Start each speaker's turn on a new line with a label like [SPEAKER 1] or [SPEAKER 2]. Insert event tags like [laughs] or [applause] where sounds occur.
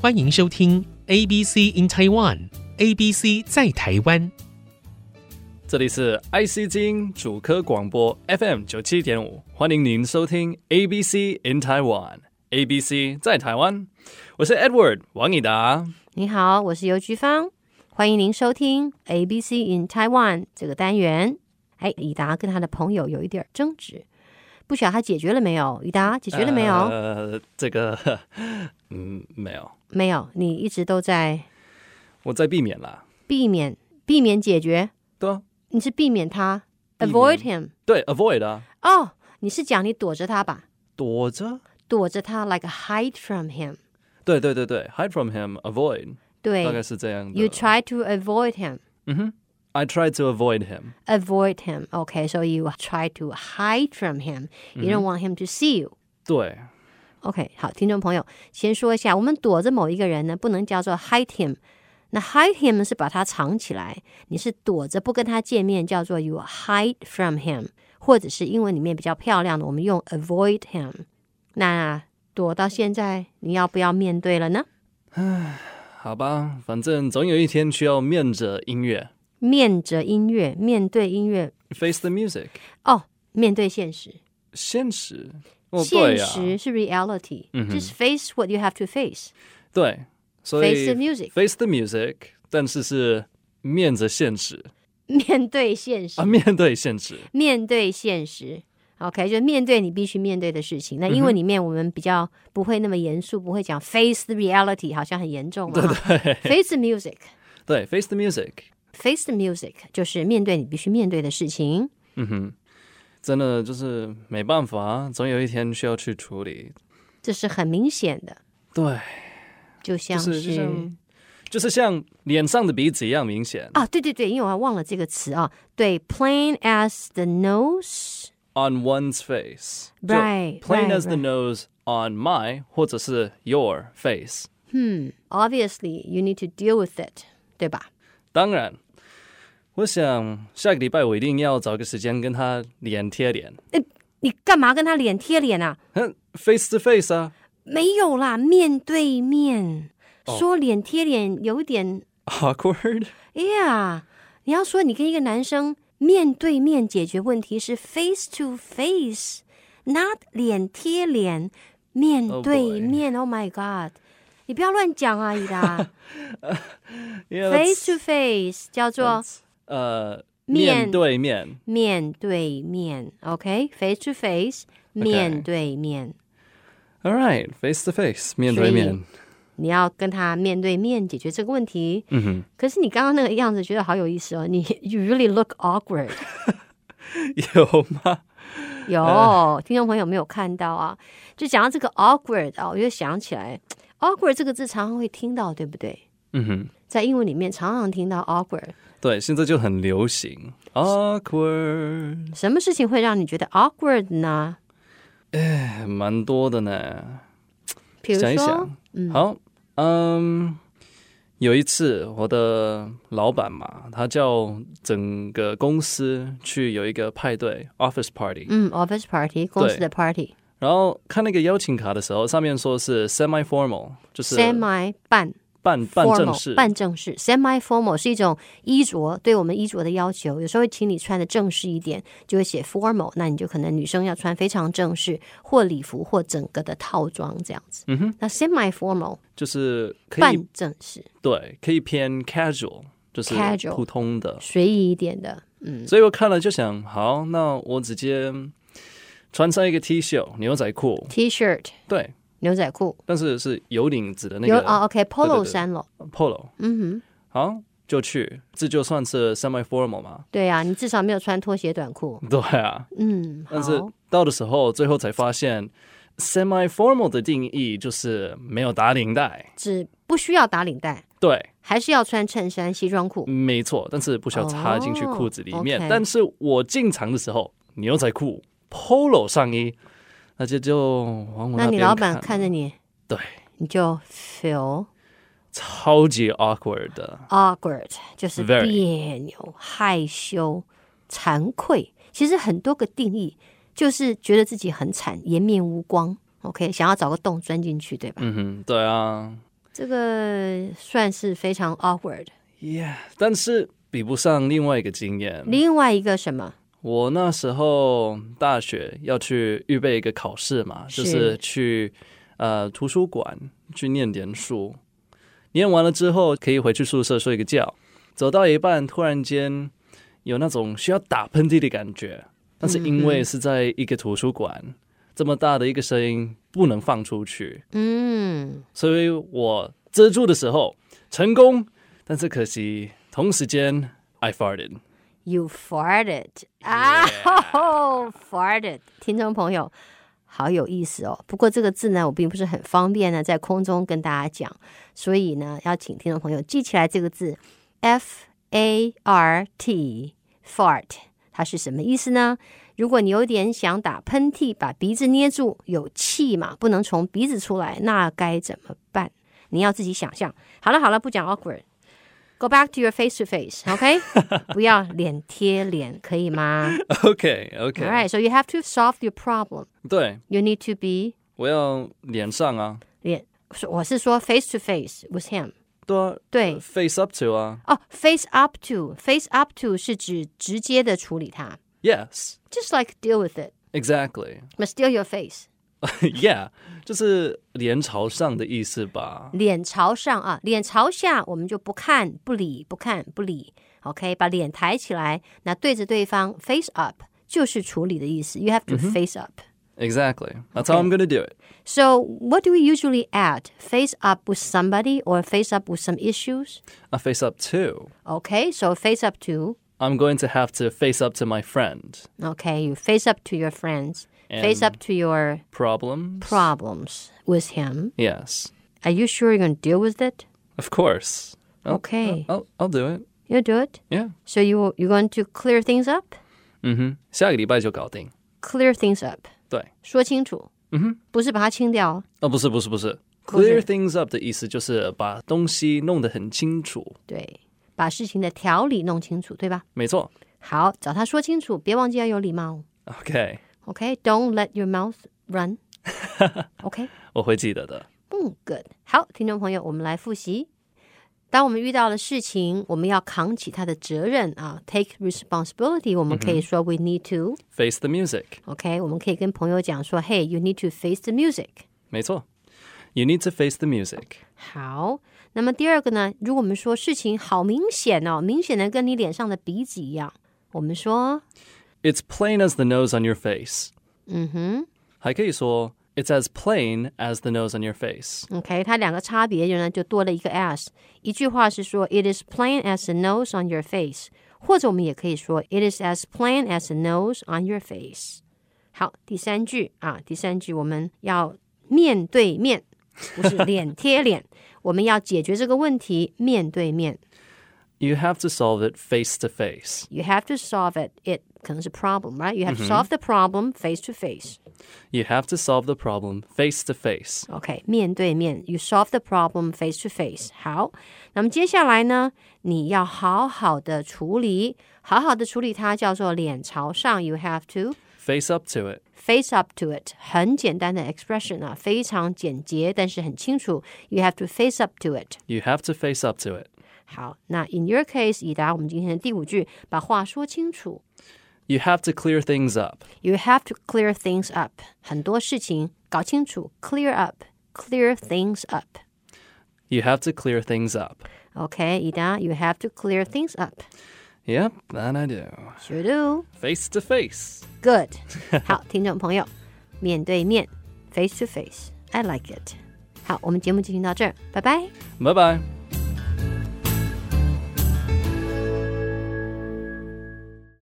[SPEAKER 1] 欢迎收听 ABC in Taiwan，ABC 在台湾。
[SPEAKER 2] 这里是 IC 之音主科广播 FM 九七点五，欢迎您收听 ABC in Taiwan，ABC 在台湾，我是 Edward 王以达。
[SPEAKER 3] 你好，我是尤菊芳，欢迎您收听 ABC in Taiwan 这个单元。哎，以达跟他的朋友有一点争执，不晓得他解决了没有？以达解决了没有？
[SPEAKER 2] 呃，这个， [laughs] 嗯，没有，
[SPEAKER 3] 没有，你一直都在
[SPEAKER 2] 我在避免啦。
[SPEAKER 3] 避免避免解决，
[SPEAKER 2] 对啊，
[SPEAKER 3] 你是避免他
[SPEAKER 2] 避免
[SPEAKER 3] ，avoid him。
[SPEAKER 2] 对，avoid 啊，
[SPEAKER 3] 哦，你是讲你躲着他吧？
[SPEAKER 2] 躲着。
[SPEAKER 3] 躲着他，like hide from him。
[SPEAKER 2] 对对对对，hide from him，avoid，大概
[SPEAKER 3] 对
[SPEAKER 2] 是这样的。
[SPEAKER 3] ，you try to avoid him。
[SPEAKER 2] 嗯哼，I try to avoid him。
[SPEAKER 3] Avoid him, okay? So you try to hide from him. You
[SPEAKER 2] Mm-hmm
[SPEAKER 3] don't want him to see you.
[SPEAKER 2] 对
[SPEAKER 3] OK，好，听众朋友，先说一下，我们躲着某一个人呢，不能叫做 hide him。那 hide him 呢是把他藏起来，你是躲着不跟他见面，叫做 you hide from him，或者是英文里面比较漂亮的，我们用 avoid him。那躲到现在，你要不要面对了呢？
[SPEAKER 2] 好吧，反正总有一天需要面着音乐
[SPEAKER 3] 面着音乐，面对音乐，
[SPEAKER 2] ，face the music，
[SPEAKER 3] 哦，面对现实，
[SPEAKER 2] 现实。哦，对
[SPEAKER 3] 现
[SPEAKER 2] 呀、
[SPEAKER 3] 实是 reality，
[SPEAKER 2] 嗯哼
[SPEAKER 3] 就是 face what you have to face，face
[SPEAKER 2] 对，所以
[SPEAKER 3] the music，
[SPEAKER 2] face the music，但是是面着现实
[SPEAKER 3] 面对现实
[SPEAKER 2] 啊，。面对现
[SPEAKER 3] [laughs]
[SPEAKER 2] 实。
[SPEAKER 3] 面对现实。OK，就面对你必须面对的事
[SPEAKER 2] 嗯
[SPEAKER 3] 情。那英文里面我们比较不会那么严肃，不会讲 face the reality，好像很严重嘛。face [laughs] the music，face
[SPEAKER 2] 对，face the music，
[SPEAKER 3] the music 就是面对你必须面对的事情。
[SPEAKER 2] 嗯哼，真的就是没办法，总有一天需要去处理。
[SPEAKER 3] 这是很明显的，
[SPEAKER 2] 对，
[SPEAKER 3] 就像
[SPEAKER 2] 就是就像就是像脸上的鼻子一样明显。
[SPEAKER 3] 啊，对对对，因为我还忘了这个词啊。对，plain as the nose，
[SPEAKER 2] on one's face. 就
[SPEAKER 3] Right,
[SPEAKER 2] Plain
[SPEAKER 3] right,
[SPEAKER 2] as the
[SPEAKER 3] right.
[SPEAKER 2] nose on my 或者是 your face.
[SPEAKER 3] 嗯，obviously you need to deal with it，对吧？
[SPEAKER 2] 当然，我想下个礼拜我一定要找个时间跟他脸贴脸，
[SPEAKER 3] 你干嘛跟他脸贴脸啊？
[SPEAKER 2] 哼，face to face 啊。
[SPEAKER 3] 没有啦，面对面、
[SPEAKER 2] 哦
[SPEAKER 3] 说脸贴脸有一点，
[SPEAKER 2] Awkward，
[SPEAKER 3] 哎呀，你要说你跟一个男生面对面解决问题是 face to face，not 脸贴脸，面
[SPEAKER 2] Oh
[SPEAKER 3] 对面。Oh, my god！你不要乱讲啊，伊达，face to face 叫做
[SPEAKER 2] 呃
[SPEAKER 3] 面
[SPEAKER 2] Uh, 面对面，
[SPEAKER 3] 面对面，OK？face、to face 面对面
[SPEAKER 2] ，All right，face to face 面对面，
[SPEAKER 3] 你要跟他面对面解决这个问题。
[SPEAKER 2] 嗯哼
[SPEAKER 3] 可是你刚刚那个样子，觉得好有意思哦。你 [laughs] you really look awkward
[SPEAKER 2] 有吗？ [laughs]
[SPEAKER 3] 有。
[SPEAKER 2] 呃
[SPEAKER 3] 听众朋友没有看到啊？就讲到这个 awkward 啊，我就想起来 awkward 这个字常常会听到，对不对？
[SPEAKER 2] 嗯哼，
[SPEAKER 3] 在英文里面常常听到 awkward。
[SPEAKER 2] 对，现在就很流行 awkward，
[SPEAKER 3] 什么事情会让你觉得 awkward 呢？
[SPEAKER 2] 哎蛮多的呢。
[SPEAKER 3] 比如
[SPEAKER 2] 想一
[SPEAKER 3] 说
[SPEAKER 2] 想，好，嗯，有一次我的老板嘛，他叫整个公司去有一个派对 （office party），、
[SPEAKER 3] 嗯，office party 公司的 party
[SPEAKER 2] 然后看那个邀请卡的时候，上面说是 semi formal，就是半
[SPEAKER 3] semi 半
[SPEAKER 2] 半
[SPEAKER 3] formal
[SPEAKER 2] 正式，
[SPEAKER 3] 半正式 semi formal 是一种衣着对我们衣着的要求，有时候会请你穿的正式一点，就会写 formal，那你就可能女生要穿非常正式或礼服或整个的套装这样子。
[SPEAKER 2] 嗯哼，
[SPEAKER 3] 那 semi formal
[SPEAKER 2] 就是可以
[SPEAKER 3] 半正式
[SPEAKER 2] 对，可以偏 casual，就是
[SPEAKER 3] Casual
[SPEAKER 2] 普通的。
[SPEAKER 3] 随意一点的，嗯，
[SPEAKER 2] 所以我看了就想，好，那我直接穿上一个 T 恤、牛仔裤，
[SPEAKER 3] T shirt
[SPEAKER 2] 对，
[SPEAKER 3] 牛仔裤，
[SPEAKER 2] 但是是有领子的那
[SPEAKER 3] 有啊
[SPEAKER 2] 个
[SPEAKER 3] OK
[SPEAKER 2] 对
[SPEAKER 3] polo
[SPEAKER 2] 对
[SPEAKER 3] 衫咯，
[SPEAKER 2] polo。
[SPEAKER 3] 嗯哼，
[SPEAKER 2] 好，就去，这就算是 semi formal 嘛。 [laughs]
[SPEAKER 3] 对啊，你至少没有穿拖鞋短裤，
[SPEAKER 2] 对啊，
[SPEAKER 3] 嗯，
[SPEAKER 2] 但是
[SPEAKER 3] 好
[SPEAKER 2] 到的时候，最后才发现 semi formal 的定义就是没有打领带。
[SPEAKER 3] 只不需要打领带，
[SPEAKER 2] 对，
[SPEAKER 3] 还是要穿衬衫西装裤，
[SPEAKER 2] 没错，但是不需要插进去
[SPEAKER 3] 哦
[SPEAKER 2] 裤子里面。
[SPEAKER 3] OK
[SPEAKER 2] 但是我进场的时候，牛仔裤、polo 上衣，那就就往我
[SPEAKER 3] 那你
[SPEAKER 2] 边
[SPEAKER 3] 老板
[SPEAKER 2] 看
[SPEAKER 3] 看
[SPEAKER 2] 了，
[SPEAKER 3] 着你，
[SPEAKER 2] 对，
[SPEAKER 3] 你就 feel。
[SPEAKER 2] 超级 awkward 的，
[SPEAKER 3] awkward 就是
[SPEAKER 2] Very
[SPEAKER 3] 别扭、害羞、惭愧。其实很多个定义，就是觉得自己很惨，颜面无光， OK，想要找个洞钻进去，对吧？
[SPEAKER 2] 嗯哼，对啊
[SPEAKER 3] 这个算是非常 awkward。
[SPEAKER 2] ，Yeah，但是比不上另外一个经验。
[SPEAKER 3] 另外一个什么？
[SPEAKER 2] 我那时候大学要去预备一个考试嘛，
[SPEAKER 3] 是
[SPEAKER 2] 就是去呃图书馆去念点书，念完了之后可以回去宿舍睡个觉。走到一半，突然间有那种需要打喷嚏的感觉，但是因为是在一个图书馆，这么大的一个声音不能放出去，
[SPEAKER 3] 嗯，
[SPEAKER 2] 所以我遮住的时候成功，但是可惜同时间 I farted。 [laughs]
[SPEAKER 3] You farted 啊、f a r t e d 听众朋友，好有意思哦。不过这个字呢，我并不是很方便呢在空中跟大家讲，所以呢，要请听众朋友记起来这个字 F A R T fart，它是什么意思呢？如果你有点想打喷嚏，把鼻子捏住，有气嘛，不能从鼻子出来，那该怎么办？你要自己想象。好了好了，不讲 awkward。Go back to your face to face，OK？、不要脸贴脸，可以吗
[SPEAKER 2] OK OK，
[SPEAKER 3] ？All right，so you have to solve your problem.
[SPEAKER 2] 对，
[SPEAKER 3] You need to be
[SPEAKER 2] 我要脸上啊，
[SPEAKER 3] 脸，我是说 face to face with him.
[SPEAKER 2] 对啊
[SPEAKER 3] 对，
[SPEAKER 2] ，face up to 啊
[SPEAKER 3] 哦、f a c e up to，face up to 是指直接的处理它
[SPEAKER 2] ，Yes
[SPEAKER 3] ，just like deal with it,
[SPEAKER 2] exactly [laughs]
[SPEAKER 3] but still your face.
[SPEAKER 2] yeah，就是脸朝上的意思吧？
[SPEAKER 3] 脸朝上啊，脸朝下我们就不看、不理、不看、不理。OK，把脸抬起来，那对着对方 face up 就是处理的意思。You have to face up.、
[SPEAKER 2] Exactly. That's how I'm gonna do it.
[SPEAKER 3] So what do we usually add? Face up with somebody or face up with some issues?
[SPEAKER 2] I face up to.
[SPEAKER 3] Okay, so face up to.
[SPEAKER 2] I'm going to have to face up to my friend.
[SPEAKER 3] Okay, you face up to your friends. face up to your
[SPEAKER 2] Problem?
[SPEAKER 3] problems with him.
[SPEAKER 2] yes.
[SPEAKER 3] Are you sure you're going to deal with it?
[SPEAKER 2] Of course. I'll-
[SPEAKER 3] Okay.
[SPEAKER 2] I'll I'll do it.
[SPEAKER 3] You'll do it.
[SPEAKER 2] Yeah. Mm-hmm.
[SPEAKER 3] So you you're going to clear things up.
[SPEAKER 2] 嗯哼，下个礼拜就搞定。
[SPEAKER 3] Clear things up.
[SPEAKER 2] 对，
[SPEAKER 3] 说清楚，嗯哼，不是把它清掉。
[SPEAKER 2] 哦，不是不是不是
[SPEAKER 3] 不
[SPEAKER 2] ，clear
[SPEAKER 3] 是
[SPEAKER 2] things up 的意思就是把东西弄得很清楚。
[SPEAKER 3] 对，把事情的条理弄清楚，对吧？
[SPEAKER 2] 没错。
[SPEAKER 3] 好，找他说清楚，别忘记要有礼貌。
[SPEAKER 2] OK，
[SPEAKER 3] OK，don't、let your mouth run 。OK，
[SPEAKER 2] 我会记得的。
[SPEAKER 3] 嗯，good。好，听众朋友，我们来复习。当我们遇到了事情，我们要扛起他的责任啊，take responsibility。我们可以说 we need to。
[SPEAKER 2] Face the music.
[SPEAKER 3] OK，我们可以跟朋友讲说，Hey，you need to face the music。
[SPEAKER 2] 没错，You need to face the music。
[SPEAKER 3] 好，那么第二个呢？如果我们说事情好明显哦，明显的跟你脸上的鼻子一样，我们说
[SPEAKER 2] It's plain as the nose on your face。
[SPEAKER 3] 嗯哼
[SPEAKER 2] 还可以说 It's as plain as the nose on your face。
[SPEAKER 3] ，OK，它两个差别就呢就多了一个 as。一句话是说 It is plain as the nose on your face，或者我们也可以说 It is as plain as the nose on your face。好，第三句啊，第三句我们要面对面，不是脸 [laughs] 贴脸，我们要解决这个问题，面对面。
[SPEAKER 2] You have to solve it face to face.
[SPEAKER 3] You have to solve it. It 可能是 problem, right? You have to solve the problem face to face.
[SPEAKER 2] You have to solve the problem face to face.
[SPEAKER 3] OK，面对面，you solve the problem face to face。好，那么接下来呢，你要好好的处理，好好的处理它，叫做脸朝上。You have to
[SPEAKER 2] Face up to it.
[SPEAKER 3] face up to it，很简单的 expression 啊，非常简洁，但是很清楚。You have to face up to it。
[SPEAKER 2] You have to face up to it.
[SPEAKER 3] 好，那 in your case，以达我们今天的第五句，把话说清楚。
[SPEAKER 2] You have to clear things up.
[SPEAKER 3] You have to clear things up. 很多事情搞清楚，clear up, clear things up.
[SPEAKER 2] You have to clear things up.
[SPEAKER 3] OK，伊达，You have to clear things up.
[SPEAKER 2] Yep, that I do.
[SPEAKER 3] Sure do.
[SPEAKER 2] Face to face.
[SPEAKER 3] Good. 好，听众朋友，面对面，face to face. I like it. 好，我们节目进行到这儿，拜拜。
[SPEAKER 2] Bye bye.